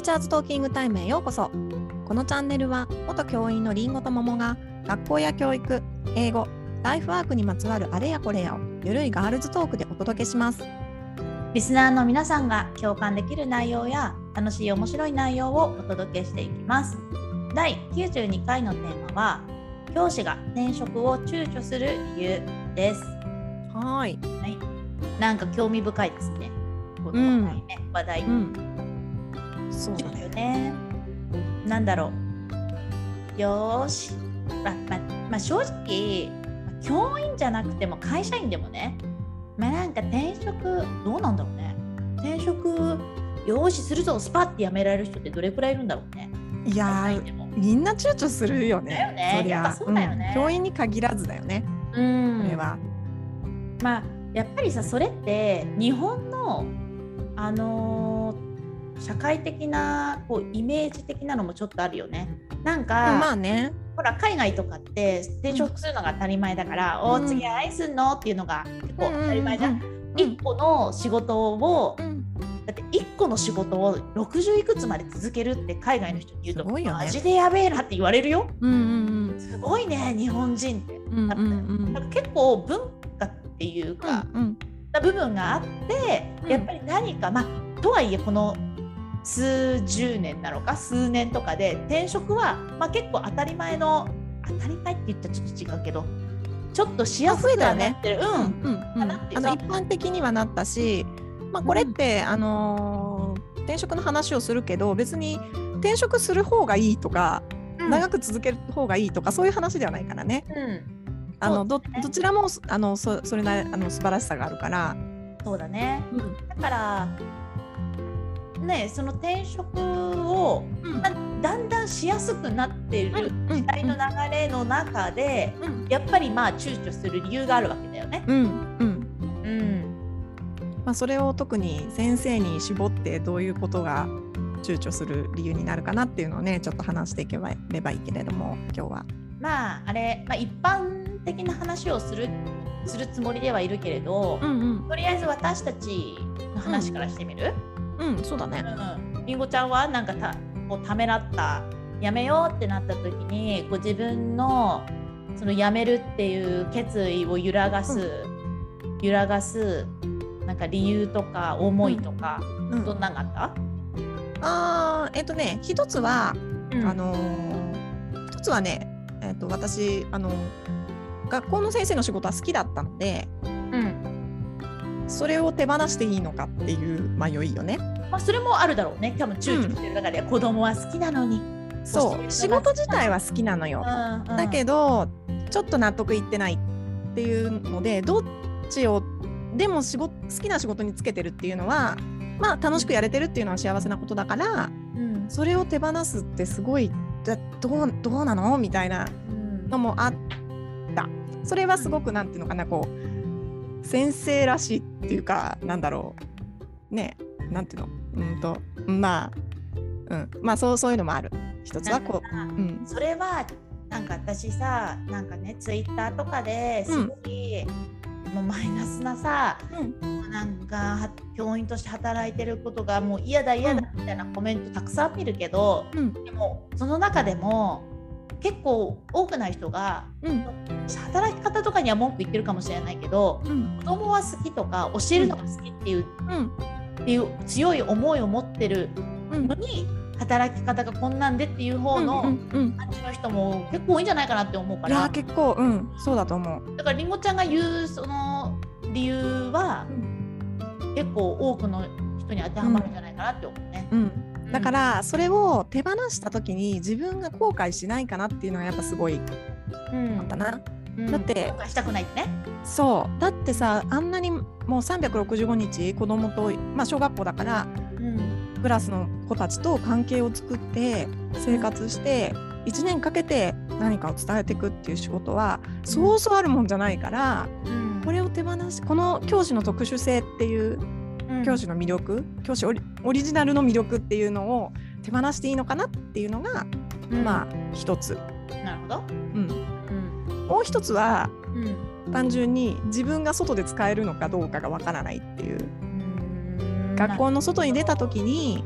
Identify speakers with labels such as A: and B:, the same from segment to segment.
A: チャーズトーキングタイムへようこそこのチャンネルは元教員のりんごと桃が学校や教育英語ライフワークにまつわるあれやこれやをゆるいガールズトークでお届けします
B: リスナーの皆さんが共感できる内容や楽しい面白い内容をお届けしていきます。第92回のテーマは教師が転職を躊躇する理由です。
A: はーい
B: はい、なんか興味深いですね。こ
A: う
B: の
A: ん
B: 話題ね、話題
A: んそうだ
B: だよ
A: ね
B: ね。なんだろう。よーし。まあまあまあ正直まあ教員じゃなくても会社員でもね。まあなんか転職どうなんだろうね。転職よーしするぞスパって辞められる人ってどれくらいいるんだろうね。
A: いや
B: 会
A: ー
B: 社員でも。
A: みんな躊躇するよね
B: だよね
A: そりゃ
B: やっぱそうだよね
A: ん教員に限らずだよね
B: うん
A: これは、
B: まあやっぱりさそれって日本のあのー社会的なこうイメージ的なのもちょっとあるよね。なんか、
A: まあね
B: ほら海外とかって転職するのが当たり前だから、
A: うん
B: おー次愛すんのっていうのが結構当たり前じゃん。
A: うん
B: 一個の仕事を、
A: うんうん
B: だって一個の仕事を60いくつまで続けるって海外の人に言うと、
A: すごいよね
B: マジでやべえなって言われるよ
A: うんうん
B: すごいね日本人って
A: うんうんうんうん
B: だから結構文化っていうか、
A: うん
B: な部分があって、
A: うん
B: やっぱり何かまあとはいえこの数十年なのか数年とかで転職は、まあ、結構当たり前の当たり前って言ったらちょっと違うけどちょっとしやすいだねってる、う
A: うん
B: ん、
A: うんうん
B: なって
A: あ
B: さ
A: の一般的にはなったし、まあ、これって、あのー転職の話をするけど別に転職する方がいいとか、長く
B: く、
A: 続ける方がいいとかそういう話ではないからね
B: うん、
A: あの
B: そ
A: ど
B: うだね
A: どちらもあのそそれなりあの素晴らしさがあるから、
B: そうだねだからねその転職を、
A: うん
B: まあ、だんだんしやすくなっている時代の流れの中で、
A: うん
B: やっぱりまあ躊躇する理由があるわけだよね。
A: うんうん
B: うん
A: まあ、それを特に先生に絞ってどういうことが躊躇する理由になるかなっていうのをねちょっと話していけばればいいけれども今日は。
B: まああれ、まあ、一般的な話をするするつもりではいるけれど、
A: んうん
B: とりあえず私たちの話からしてみる、
A: うん、そうだ
B: う
A: ね。
B: んりんごちゃんはなんかたこうためらったやめようってなった時にこう自分のそのやめるっていう決意を揺らがす、揺らがすなんか理由とか思いとか、
A: うん
B: どんなんがあっ
A: あーえっ、とね一つは、
B: た、うん
A: あのー一つはね、えっと私、あの学校の先生の仕事は好きだったので
B: うん
A: それを手放していいのかっていう迷いよね。
B: まあ、それもあるだろうね多分躊躇してる中で、子供は好きなのに。
A: そ
B: 教えるのが
A: う仕事自体は好きなのよ、だけどちょっと納得いってないっていうのでどっちをでも仕事好きな仕事につけてるっていうのはまあ楽しくやれてるっていうのは幸せなことだから
B: うん
A: それを手放すってすごいだどうどうなのみたいな
B: うん
A: のもあったそれはすごくなんていうのかなこう先生らしいっていうかなんだろうねなんていうのうんとまあ、うん、まあそうそういうのもある一つはこう、うん、
B: それはなんか私さなんかねツイッターとかですごい、もうマイナスなさなんかは教員として働いてることがもう嫌だ嫌だみたいなコメントたくさん見るけど、
A: うん
B: でもその中でも結構多くない人が
A: うん
B: 働き方とかには文句言ってるかもしれないけど
A: うん
B: 子供は好きとか教えるのが好きっていう,、
A: うん
B: っていう強い思いを持ってる
A: うん
B: のに働き方がこんなんでっていう方の。
A: うんうんうん
B: 感じの人も結構多いんじゃないかなって思うか
A: いや
B: ら
A: ー結構うんそうだと思う。
B: だからりんごちゃんが言うその理由は、結構多くの人に当てはまるんじゃないかなって思うね。、
A: うん、だかららそれを手放した時に自分が後悔しないかなっていうのがやっぱすごい
B: うん
A: あったな。
B: うん
A: だって
B: 後悔したくないってね。
A: そうだってさあんなにもう365日子供とまあ小学校だから
B: うん
A: クラスの子たちと関係を作って生活して1年かけて何かを伝えていくっていう仕事はそうそうあるもんじゃないから
B: うん
A: これを手放しこの教師の特殊性っていう
B: うん
A: 教師の魅力教師オリオリジナルの魅力っていうのを手放していいのかなっていうのが、
B: うん
A: まあ一つ、
B: なるほど。
A: うん、
B: うん
A: もう一つは
B: うん
A: 単純に自分が外で使えるのかどうかがわからないっていう
B: うん
A: 学校の外に出た時に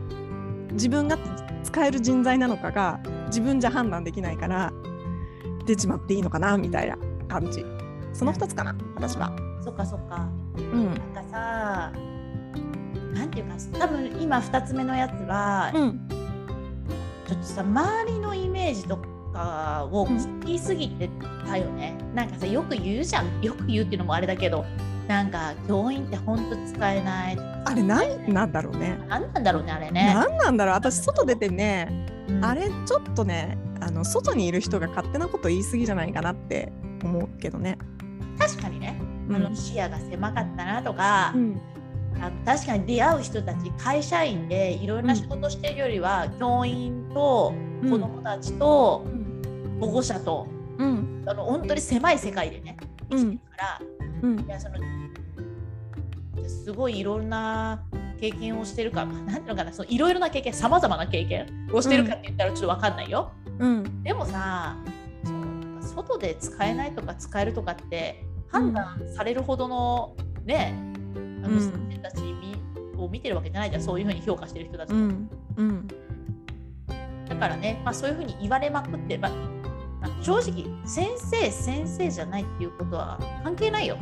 A: 自分が使える人材なのかが自分じゃ判断できないから出ちまっていいのかなみたいな感じその2つかな私は。
B: そっかそっか
A: うん
B: なんかさなんていうか多分今2つ目のやつは、
A: うん
B: ちょっとさ周りのイメージとかを聞きすぎてたよね、なんかさよく言うじゃんよく言うっていうのもあれだけどなんか教員ってほんと使えない
A: あれなんなんだろうね。
B: なんなんだろうねあれね、
A: なんなんだろう私外出てね
B: うん
A: あれちょっとねあの外にいる人が勝手なこと言い過ぎじゃないかなって思うけどね。
B: 確かにね
A: う
B: あの視野が狭かったなとか、あの確かに出会う人たち会社員でいろんな仕事してるよりは、教員と
A: うん
B: 子どもたちと
A: うん
B: 保護者と、
A: うん
B: あの本当に狭い世界でね生きてるから、
A: うん
B: いやそのすごいいろんな経験をしてるから なんていうのかなそのいろいろな経験さまざまな経験をしてるかって言ったらちょっと分かんないよ。
A: うん
B: でもさその外で使えないとか使えるとかって判断されるほどのね、あ
A: うん
B: の人たちみを見てるわけじゃないじゃんそういうふうに評価してる人たち、
A: うんうん
B: だからね、まあ、そういうふうに言われまくって、まあまあ正直先生先生じゃないっていうことは関係ないよ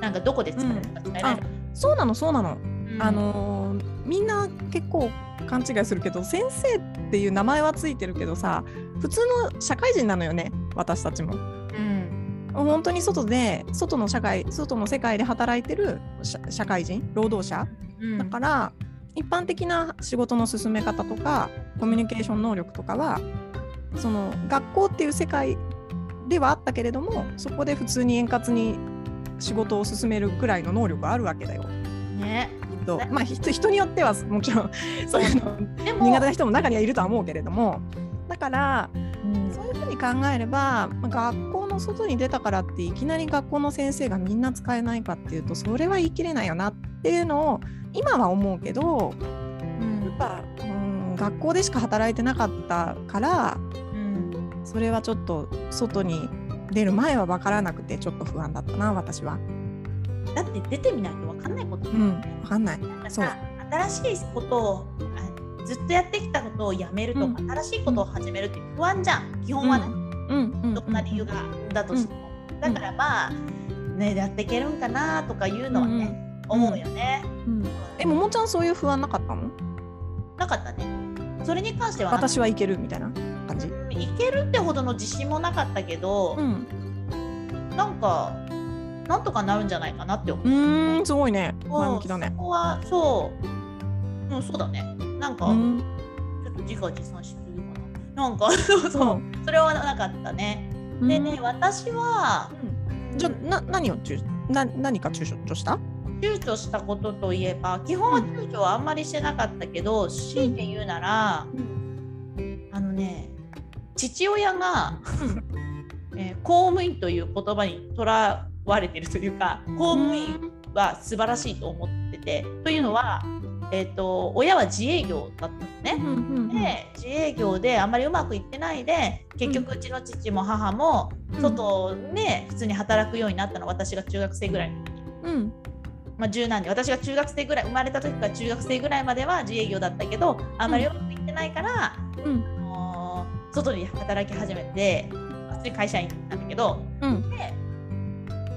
B: なんかどこで使えるとか使えないとか、
A: そうなのそうなの。
B: うん
A: あのーみんな結構勘違いするけど先生っていう名前はついてるけどさ普通の社会人なのよね私たちも。
B: うん
A: 本当に外で外の社会外の世界で働いてる社社会人労働者
B: うん
A: だから一般的な仕事の進め方とかコミュニケーション能力とかはその学校っていう世界ではあったけれどもそこで普通に円滑に仕事を進めるくらいの能力はあるわけだよ。
B: ね
A: きっとまあ人人によってはもちろんそういうの
B: でも
A: 苦手な人も中にはいるとは思うけれどもだから
B: うん
A: そういうふうに考えればまあ学校の外に出たからっていきなり学校の先生がみんな使えないかっていうとそれは言い切れないよなっていうのを今は思うけどやっぱうん学校でしか働いてなかったから
B: うん
A: それはちょっと外に出る前は分からなくてちょっと不安だったな私は。
B: だって出てみないと分かんないこと
A: う
B: だよ
A: ん、
B: ね
A: 分かんない。
B: なんか
A: そう
B: さ新しいことをあずっとやってきたことをやめるとか、
A: う
B: 新しいことを始めるって不安じゃん基本はね、
A: うんうん
B: どんな理由がだとしても、だからまあねやっていけるんかなとかいうのはね、
A: うんうん
B: 思うよね、
A: うんえももちゃんそういう不安なかったの
B: なかったねそれに関してはな
A: 私はいけるみたいな感じ、
B: うんいけるってほどの自信もなかったけど、
A: ん、
B: なんかなんとかなるんじゃないかなって思う
A: うーんすごいね前向きだ
B: そ
A: ね
B: こはそう、うん、そうだねなんか、
A: うん
B: ちょっと自画自賛しすぎかななんか そうそうそれはなかったね、でね私は
A: うんじゃな何を躊な何か躊躇した
B: 躊躇したことといえば基本は躊躇はあんまりしてなかったけど、強いて言うなら、あのね父親が、えー公務員という言葉にとらわれてるというか公務員は素晴らしいと思ってて、というのは、えー、と親は自営業だったのね。
A: うんうん
B: で自営業であんまりうまくいってないで結局うちの父も母も
A: うん
B: 外ね、普通に働くようになったの私が中学生ぐらいの時、
A: うん
B: まあ、10何年私が中学生ぐらい生まれた時から中学生ぐらいまでは自営業だったけどあんまりうまくいってないから、
A: うん
B: あのー外に働き始めて普通に会社員なんだけど
A: うん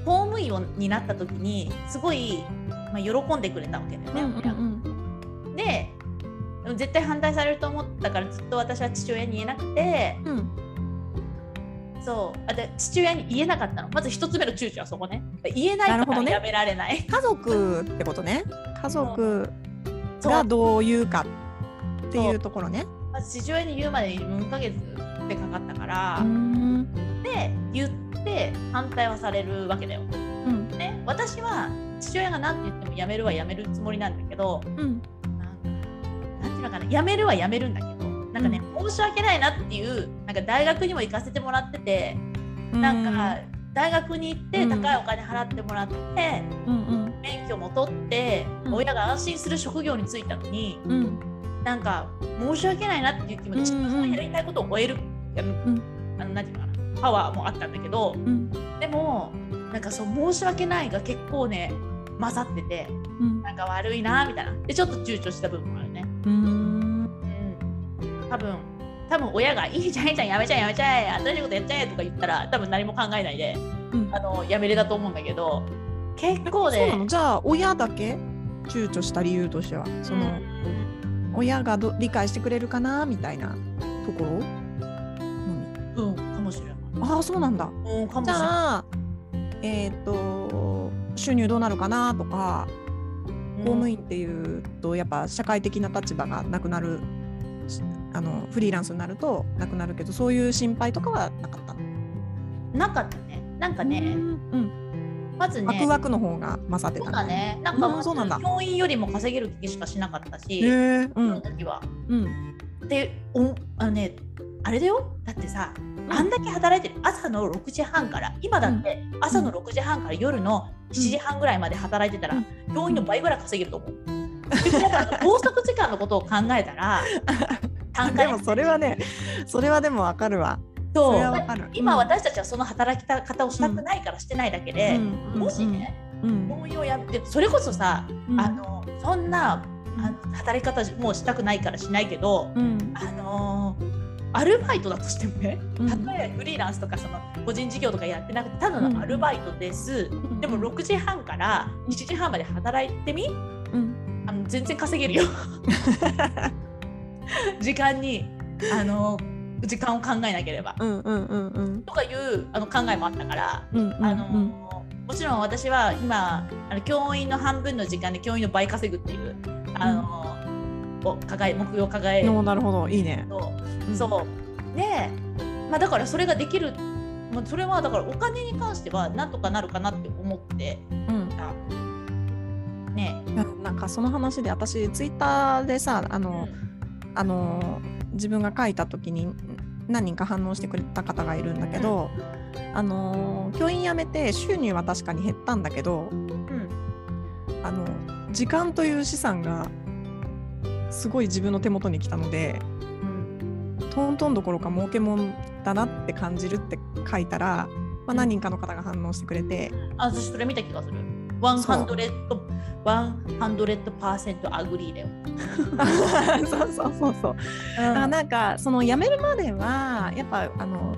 B: 公務員をになった時にすごい、まあ、喜んでくれたわけだよね、親がで絶対反対されると思ったからずっと私は父親に言えなくて。
A: うん
B: そうあで父親に言えなかったのまず一つ目の躊躇はそこね言えない
A: なる
B: か
A: ほど
B: ら
A: ね
B: やめられない
A: 家族ってことね家族
B: そう
A: がどういうかっていうところね
B: まず父親に言うまでに4ヶ月ってかかったから、
A: ん
B: で言って反対はされるわけだよ、
A: うん
B: ね、私は父親が何て言ってもやめるはやめるつもりなんだけど
A: うん
B: なんかなんていうのかなやめるはやめるんだけどなんかね、申し訳ないなっていうなんか大学にも行かせてもらっててなんか大学に行って高いお金払ってもらって、
A: うんうん
B: 免許も取って、
A: うん
B: 親が安心する職業に就いたのに
A: うん
B: なんか申し訳ないなっていう気持ち、
A: うんうん
B: 自分のやりたいことを終えるあの、
A: うん
B: あのなんていうのかなパワーもあったんだけど
A: うん
B: でもなんかそう申し訳ないが結構ね勝ってて
A: うん
B: なんか悪いなみたいなでちょっと躊躇した部分もあるね、
A: うん
B: うん、多分多分親が「いいじゃんいいじゃんやめちゃえやめちゃえ新しいことやっちゃえ」とか言ったら多分何も考えないで
A: うん
B: あのやめれだと思うんだけど結構
A: そう
B: ね
A: なのじゃあ親だけ躊躇した理由としてはその、
B: うん
A: 親がど理解してくれるかなみたいなところのみ
B: うんかもしれない。
A: ああそうなんだ
B: うんかも
A: じ
B: しれない。
A: ゃあえっ、と収入どうなるかなとか
B: うん
A: 公務員っていうとやっぱ社会的な立場がなくなるしあのフリーランスになるとなくなるけどそういう心配とかはなかった
B: なかったね。なんかね、
A: うん、
B: まず
A: ワク
B: ね、
A: ワクの方が勝って
B: そう
A: た
B: だ
A: ね
B: ね。なんか
A: うんそうなんだ
B: まず教員よりも稼げる気しかしなかったし、
A: へえう
B: その
A: ん
B: 時は。
A: うん
B: で、おあのね、あれだよ。だってさ、あんだけ働いてる朝の6時半から今だって朝の6時半から夜の7時半ぐらいまで働いてたら、教員の倍ぐらい稼げると思う。だから拘束時間のことを考え たら単
A: で
B: 価
A: もそれはねそれはでもわかるわそれはわかる
B: 今、私たちはその働き方をしたくないからしてないだけで、
A: うん
B: もしね、
A: うん
B: 農業やってそれこそさ、
A: うん
B: あのそんなあの働き方じもうしたくないからしないけど、
A: うん
B: あのーアルバイトだとしてもね、
A: うん
B: 例えばフリーランスとかその個人事業とかやってなくてただのアルバイトです、でも6時半から7時半まで働いてみ
A: うん
B: あの全然稼げるよ 時間にあの時間を考えなければ、
A: うんうんうんうん
B: とかいうあの考えもあったから。
A: うん
B: あのもちろん私は今あの教員の半分の時間で教員の倍稼ぐっていうあの、を抱え目標を抱え
A: うんおー
B: る
A: なるほどいいね
B: と、
A: うん
B: そうで、まあ、だからそれができる、まあ、それはだからお金に関してはなんとかなるかなって思って
A: うん
B: たね
A: いやなんかその話で私ツイッターでさあ
B: う
A: の、
B: ん
A: あの自分が書いた時に何人か反応してくれた方がいるんだけど、あの教員辞めて収入は確かに減ったんだけど
B: うん
A: あの時間という資産がすごい自分の手元に来たので
B: うん
A: トントンどころか儲けもんだなって感じるって書いたら、まあ、何人かの方が反応してくれて
B: あ私それ見た気がするワンハンドレッドワンハンドレッドパーセントアグリーだよ、
A: そう そうそうそうだからなんかその辞めるまではやっぱあの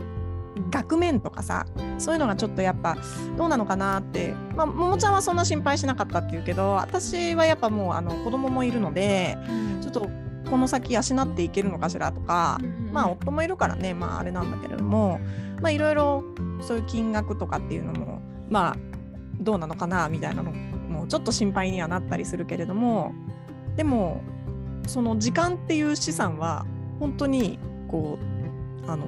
A: 額面とかさそういうのがちょっとやっぱどうなのかなって、まあ、ももちゃんはそんな心配しなかったっていうけど私はやっぱもうあの子供もいるのでちょっとこの先養っていけるのかしらとか、まあ夫もいるからねまああれなんだけれどもまあいろいろそういう金額とかっていうのもまあどうなのかなみたいなのもちょっと心配にはなったりするけれどもでもその時間っていう資産は本当にこうあの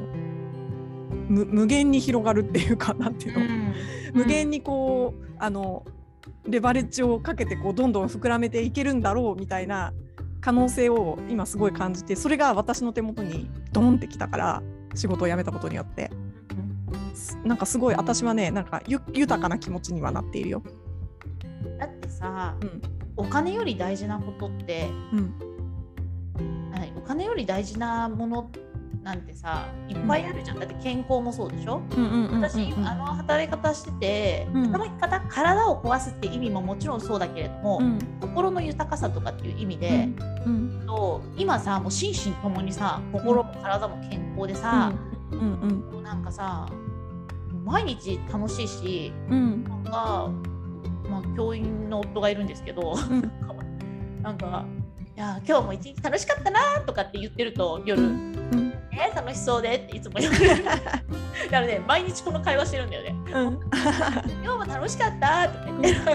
A: 無無限に広がるっていうかなんていうの、無限にこうあのレバレッジをかけてこうどんどん膨らめていけるんだろうみたいな可能性を今すごい感じてそれが私の手元にドンってきたから仕事を辞めたことによってすなんかすごい私はねなんかゆ豊かな気持ちにはなっているよ。
B: だってさ、
A: うん
B: お金より大事なことって
A: うん
B: あお金より大事なものなんてさいっぱいあるじゃん、だって健康もそうでしょ
A: うんうんうんうん
B: 私、あの働き方してて、
A: うん
B: 働き方体を壊すって意味ももちろんそうだけれども、
A: うん
B: 心の豊かさとかっていう意味
A: う
B: で、
A: んうん
B: と今さもう心身ともにさ心も体も健康でさ、
A: うんうん
B: もうなんかさ毎日楽しいし
A: うん
B: なんか、まあ、教員の夫がいるんですけど、
A: うん
B: なんか「いや今日も一日楽しかったな」とかって言ってると夜
A: う
B: 「
A: うん
B: えー楽しそうで」っていつ も言われるだからね毎日この会話してるんだよね
A: うん
B: 「今日も楽しかった」とか言っ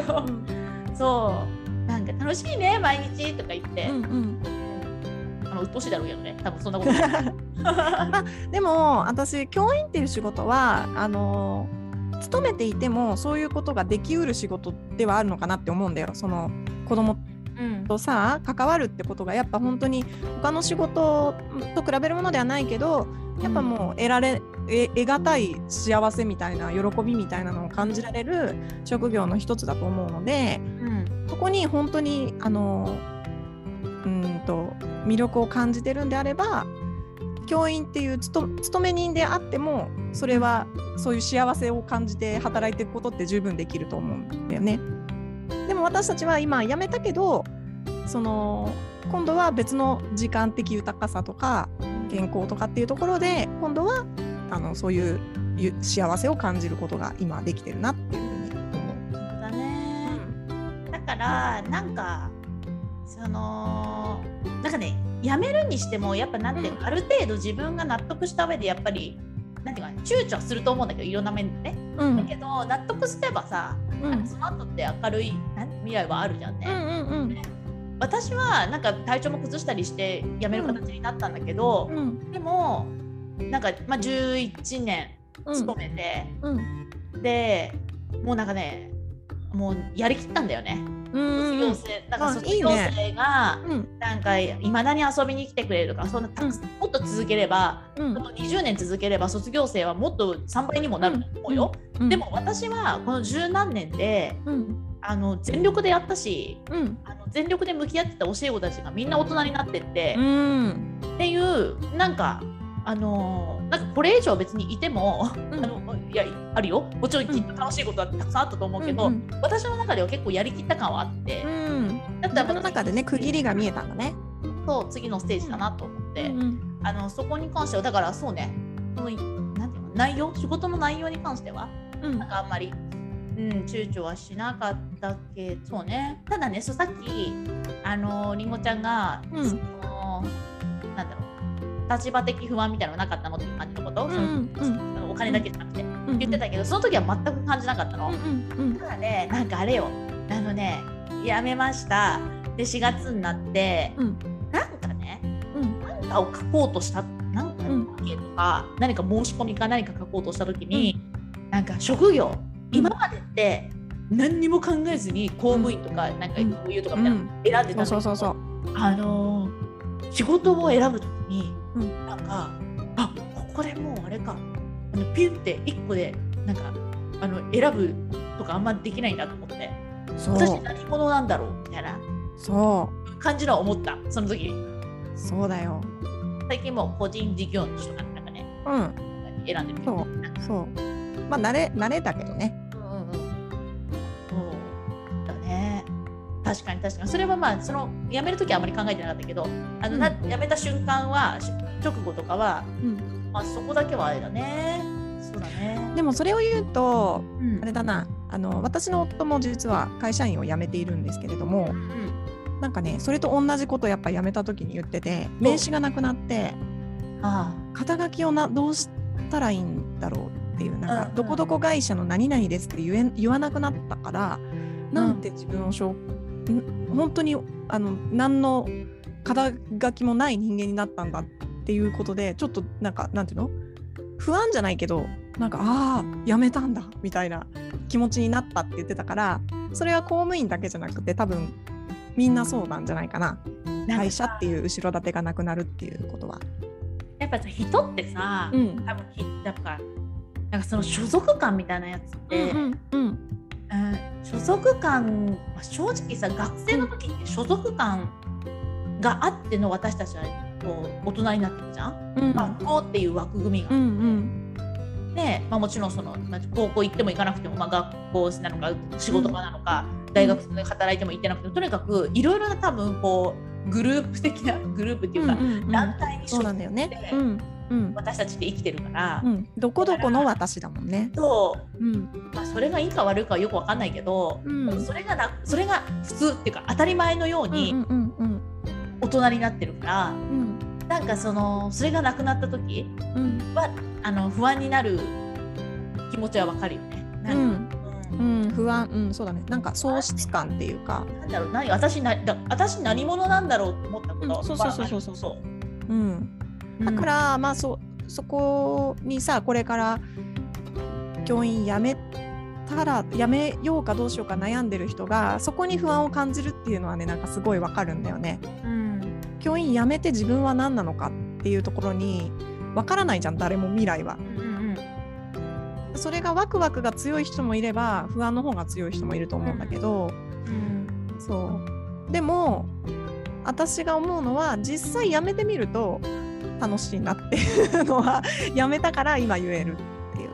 B: て そうなんか楽しいね毎日とか言って、
A: うんうん
B: あの鬱陶しいだろうけどね多分そんなことない
A: でも私教員っていう仕事はあの勤めていてもそういうことができうる仕事ではあるのかなって思うんだよ。その子供
B: うん
A: とさ関わるってことがやっぱ本当に他の仕事と比べるものではないけどやっぱもう得られえ得難い幸せみたいな喜びみたいなのを感じられる職業の一つだと思うので
B: うん
A: そこに本当にあのうーんと魅力を感じてるんであれば教員っていう勤勤め人であってもそれはそういう幸せを感じて働いていくことって十分できると思うんだよね。でも私たちは今辞めたけどその今度は別の時間的豊かさとか健康とかっていうところで今度はあのそういうゆ幸せを感じることが今できてるなっていうふうに思う。
B: だねだからなんかそのなんかねやめるにしてもやっぱなんていうか、ある程度自分が納得した上でやっぱりなんていうかな躊躇すると思うんだけどいろんな面でね、
A: うん
B: だけど納得すればさ、
A: うん
B: なんかその後って明るいなん未来はあるじゃんね、
A: うん
B: 私はなんか体調も崩したりしてやめる形になったんだけど
A: う、ん
B: でもなんか、まあ、11年
A: うん
B: 勤めて、
A: うん
B: でもうなんかねもうやりきったんだよね。卒
A: うん
B: 業生、なんか
A: あ
B: 卒業生が
A: うん
B: なんかいまだに遊びに来てくれるとかそんなたくさんもっと続ければ、
A: うん
B: あと20年続ければ卒業生はもっと3倍にもなると思うよ、
A: うん
B: でも私はこの十何年で
A: うん
B: あの全力でやったし
A: うん
B: あの全力で向き合ってた教え子たちがみんな大人になってって、
A: うん
B: っていうなんかあのーなんかこれ以上別にいても、
A: ん
B: あのいやあるよもちろんきっと楽しいことはたくさんあったと思うけど、
A: うん
B: 私の中では結構やりきった感はあって、
A: うん
B: だって
A: 自分の中でね区切りが見えたんだね。
B: と次のステージだなと思って、
A: うん
B: あのそこに関してはだからそうねそのなんていうの内容仕事の内容に関しては
A: うん
B: なんかあんまり、うん、躊躇はしなかったけどそうねただねそうさっきあのりんごちゃんが、
A: うん
B: そのなんだろう立場的不安みたいなのなかったのっていう感じのこと、
A: うん
B: その
A: うん
B: お金だけじゃなくて、
A: うん
B: 言ってたけどその時は全く感じなかったの。
A: うんうん
B: ただねなんかあれよあのねやめましたで4月になって、
A: うん
B: なんかね
A: うん
B: 何かを書こうとした何か
A: うん
B: 関係とか、何か申し込みか何か書こうとした時に、なんか職業今までって何にも考えずに公務員とか、なんか
A: うん
B: こういうとかみたいなの選んでたんだけ
A: そ
B: ど
A: うそうそうそう。
B: あのー仕事を選ぶ時に、
A: うん
B: なんかあここでもうあれかあのピュンって1個でなんかあの選ぶとかあんまできないんだと思って
A: そ
B: 私
A: う
B: 何者なんだろうみたいな
A: そ
B: 感じのは思ったその時
A: うそうだよ。
B: 最近もう個人事業主とかなんかね
A: うん
B: 選んでる
A: そうそう。まあ慣れ慣れたけどね。
B: うんうんうんそうだね確かに確かにそれはまあその辞める時はあまり考えてなかったけどあの、な
A: うん
B: 辞めた瞬間はし直後とかは
A: うん
B: まあそこだけはあれだね。そうだね。
A: でもそれを言うと
B: うん
A: あれだなあの私の夫も実は会社員を辞めているんですけれど
B: う
A: も
B: ん
A: なんかねそれと同じことやっぱ辞めた時に言ってて
B: お
A: 名刺がなくなって
B: うんあ
A: 肩書きをなどうしたらいいんだろうっていうなん
B: うんう
A: か
B: ん
A: どこどこ会社の何々ですって言え言わなくなったからなんて自分をしょん本当にあの何の肩書きもない人間になったんだっていうことでちょっとなんかなんていうの不安じゃないけどなんかああやめたんだみたいな気持ちになったって言ってたからそれは公務員だけじゃなくて多分みんなそうなんじゃないかな
B: あ。なんか
A: 会社っていう後ろ盾がなくなるっていうことは。
B: やっぱさ人ってさ、
A: ん
B: 多分きやっぱなんかその所属感みたいなやつって、うん
A: んうん
B: 所属感、まあ、正直さ学生の時って所属感があっての私たちはこう大人になってるじゃん。
A: うん
B: 学校っていう枠組みが
A: う。ん
B: で、まあ、もちろんその、まあ、高校行っても行かなくても、まあ、学校なのか仕事場なのか、大学で働いても行ってなくてもとにかくいろいろな多分こうグループ的な グループっていうか、団体に
A: そう
B: 所
A: な
B: 属
A: んだよ
B: して、
A: ね。うんうん
B: 私たちって生きてるから、
A: うん。どこどこの私だもんね。
B: そ
A: うん
B: うまあ、それがいいか悪いかはよくわかんないけど、
A: うん
B: それがなそれが普通っていうか当たり前のよう
A: うんう
B: に
A: んうん
B: 大人になってるから、
A: うん
B: なんかそのそれがなくなった時
A: うん
B: はあの不安になる気持ちはわかるよね。な
A: うん
B: か
A: ん
B: うん
A: うん不安うんそうだね。なんか喪失感っていうか。
B: なんだろう何私なだ私何者なんだろうって思ったこと
A: うんそうそうそうそうそう
B: そ
A: うん。
B: う
A: だからまあそそこにさこれから教員辞めたら辞めようかどうしようか悩んでる人がそこに不安を感じるっていうのはねなんかすごいわかるんだよね。
B: うん
A: 教員辞めて自分は何なのかっていうところにわからないじゃん誰も未来は。
B: うんうん
A: それがワクワクが強い人もいれば不安の方が強い人もいると思うんだけど、
B: うん
A: そうでも私が思うのは実際やめてみると楽しいなっていうのはやめたから今言えるっていう。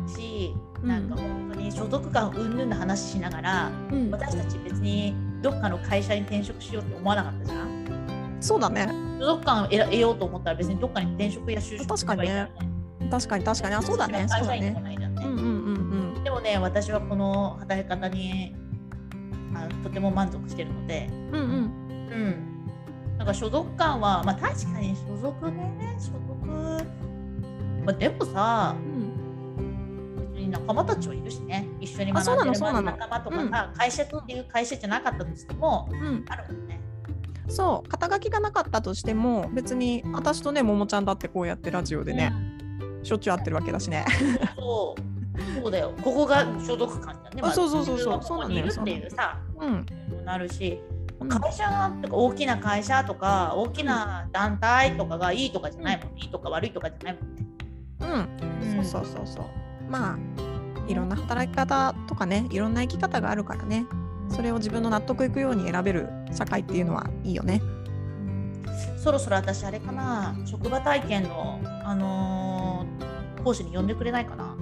B: うんし
A: うん
B: なんか本当に所属感云々の話しながら、私たち別にどっかの会社に転職しようって思わなかったじゃん
A: そうだね
B: 所属感を得ら得ようと思ったら別にどっかに転職や就職
A: 確かにね
B: すればいいからね
A: 確かに確かにあそうだねそ
B: 会
A: う
B: 社
A: だ
B: 員で
A: ね
B: もないじゃんね
A: うんうんうん
B: でもね私はこの働き方にあとても満足してるので、
A: うんうんうん
B: うん、なんか所属感は、まあ、確かに所属ね所属、まあ、でもさ
A: うん
B: 別に仲間たちはいるしね一緒に
A: あそうな
B: 学ん
A: の
B: でる
A: そうなの
B: 仲間とかさ、会社っていう会社じゃなかったとしても
A: うん
B: あるもんね
A: そう肩書きがなかったとしても別に私とねももちゃんだってこうやってラジオでね、しょっちゅう会ってるわけだしね
B: うんそうそうだよここが所属感だね、
A: あそうそうそうそう
B: 自分はここにいるっ
A: そう
B: て
A: なんだ
B: い
A: よ
B: うさ
A: うん
B: なるし
A: うん
B: 会社とか大きな会社とか大きな団体とかがいいとかじゃないもん、いいとか悪いとかじゃないもんね。
A: うんそうそうそうそうまあいろんな働き方とかねいろんな生き方があるからねそれを自分の納得いくように選べる社会っていうのはいいよね
B: うんそろそろ私あれかな職場体験の、あのー講師に呼んでくれないかな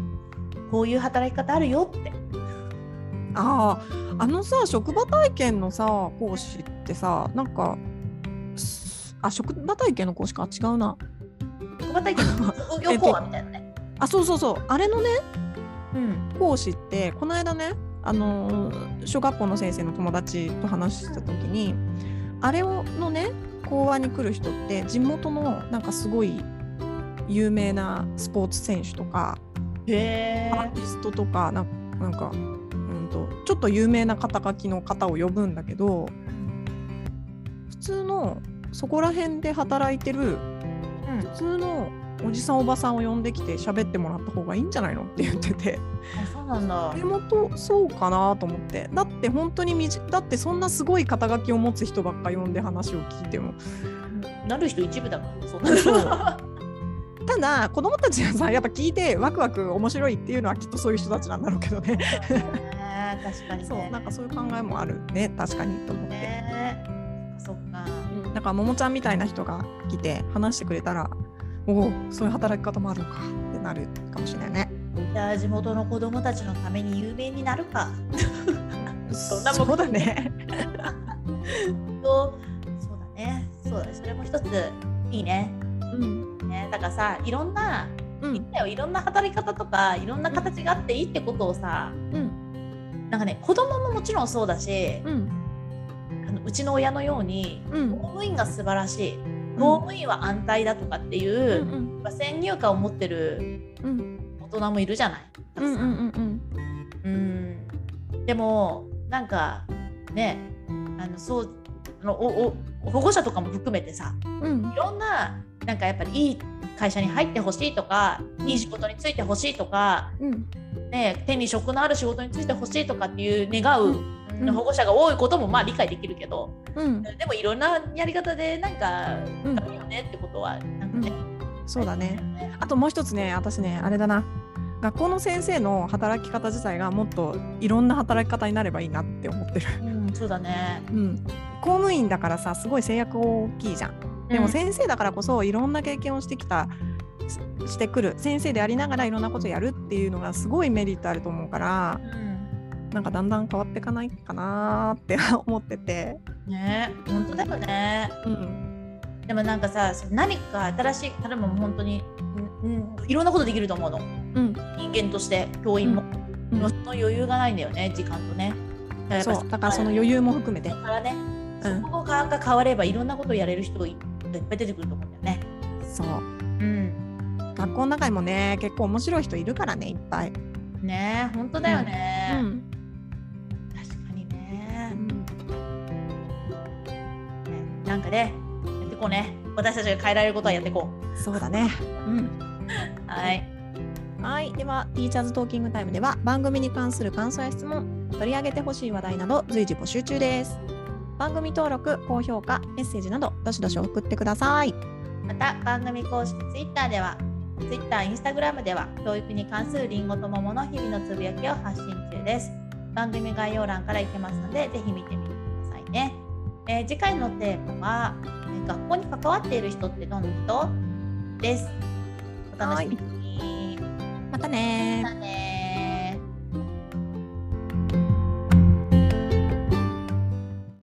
B: こういう働き方あるよって。
A: あああのさ職場体験のさ講師ってさなんかすあ職場体験の講師か違うな
B: 職場体験の職業講話みたい なね。
A: あそうそうそうあれのね
B: うん
A: 講師ってこの間ねあのー小学校の先生の友達と話してた時にあれをのね講話に来る人って地元のなんかすごい有名なスポーツ選手とか
B: へ
A: アーティストとかなんなんか、うん、とちょっと有名な肩書きの方を呼ぶんだけど普通のそこら辺で働いてる普通のおじさんおばさんを呼んできて喋ってもらった方がいいんじゃないのって言ってて
B: あそうなんだ
A: あ。れもとそうかなと思ってだって本当にみじだってそんなすごい肩書きを持つ人ばっか呼んで話を聞いても
B: なる人一部だからね、そんなの。
A: ただ子供たちはさやっぱ聞いてワクワク面白いっていうのはきっとそういう人たちなんだろうけどね
B: ね確かにね。
A: そうなんかそういう考えもあるね確かにと思って。
B: ねそっかそっか。
A: だからももちゃんみたいな人が来て話してくれたらおおそういう働き方もあるのかってなるかもしれないね。
B: じゃあ地元の子供たちのために有名になるか。そんなもん
A: そうだね。
B: とそうだね。そうだね。それも一ついいね。
A: うん
B: ねだからさ、いろんな、
A: うん
B: いろんな働き方とか、いろんな形があっていいってことをさ、
A: うん
B: なんかね、子供ももちろんそうだし、
A: うん
B: あのうちの親のように、
A: うん
B: 公務員が素晴らしい。公務員は安泰だとかっていうう、
A: ん
B: まあ先入観を持ってる
A: うん
B: 大人もいるじゃない。た
A: うんうん
B: くさん
A: うん
B: うんでもなんかねあのそうあのおお保護者とかも含めてさ
A: うん
B: いろんななんかやっぱりいい会社に入ってほしいとかいい仕事に就いてほしいとか、
A: うん
B: ね、手に職のある仕事に就いてほしいとかっていう願う、
A: うん
B: 保護者が多いこともまあ理解できるけど
A: うん
B: でもいろんなやり方でなんか
A: うん
B: ダメよねってことはなんかね、
A: そうだね。あともう一つね私ねあれだな学校の先生の働き方自体がもっといろんな働き方になればいいなって思ってる。
B: うん、そうだね
A: うん、公務員だからさすごい制約大きいじゃん。でも先生だからこそいろんな経験をしてきたししてくる先生でありながらいろんなことやるっていうのがすごいメリットあると思うから
B: うん
A: なんかだんだん変わっていかないかなーって 思ってて、
B: ね本当だよね
A: うん、
B: でもなんかさその何か新しい彼も本当に、うんうん、いろんなことできると思うの
A: うん
B: 人間として教員も、
A: う
B: うん
A: うん
B: その余裕がないんだよね時間とねやっぱ
A: そうだからその余裕も含めて
B: だからね、
A: うん
B: そこが変わればいろんなことをやれる人がいっぱい出てくると思うんだよね
A: そう
B: うん
A: 学校の中にもね結構面白い人いるからねいっぱい、
B: ねえ本当だよ
A: う
B: ね、
A: ん
B: 確かにねねなんかねやってこうね私たちが変えられることはやってこ
A: そうだね、うん
B: うはい
A: はい、では、ティーチャーズトーキングタイムでは、番組に関する感想や質問、取り上げてほしい話題など随時募集中です。番組登録、高評価、メッセージなど、どしどし送ってください。
B: また番組公式 Twitter では Twitter、Instagram では教育に関するりんごと桃の日々のつぶやきを発信中です番組概要欄から行けますのでぜひ見てみてくださいね、えー次回のテーマはえー学校に関わっている人ってどんな人ですお楽しみに、
A: またねー
B: またね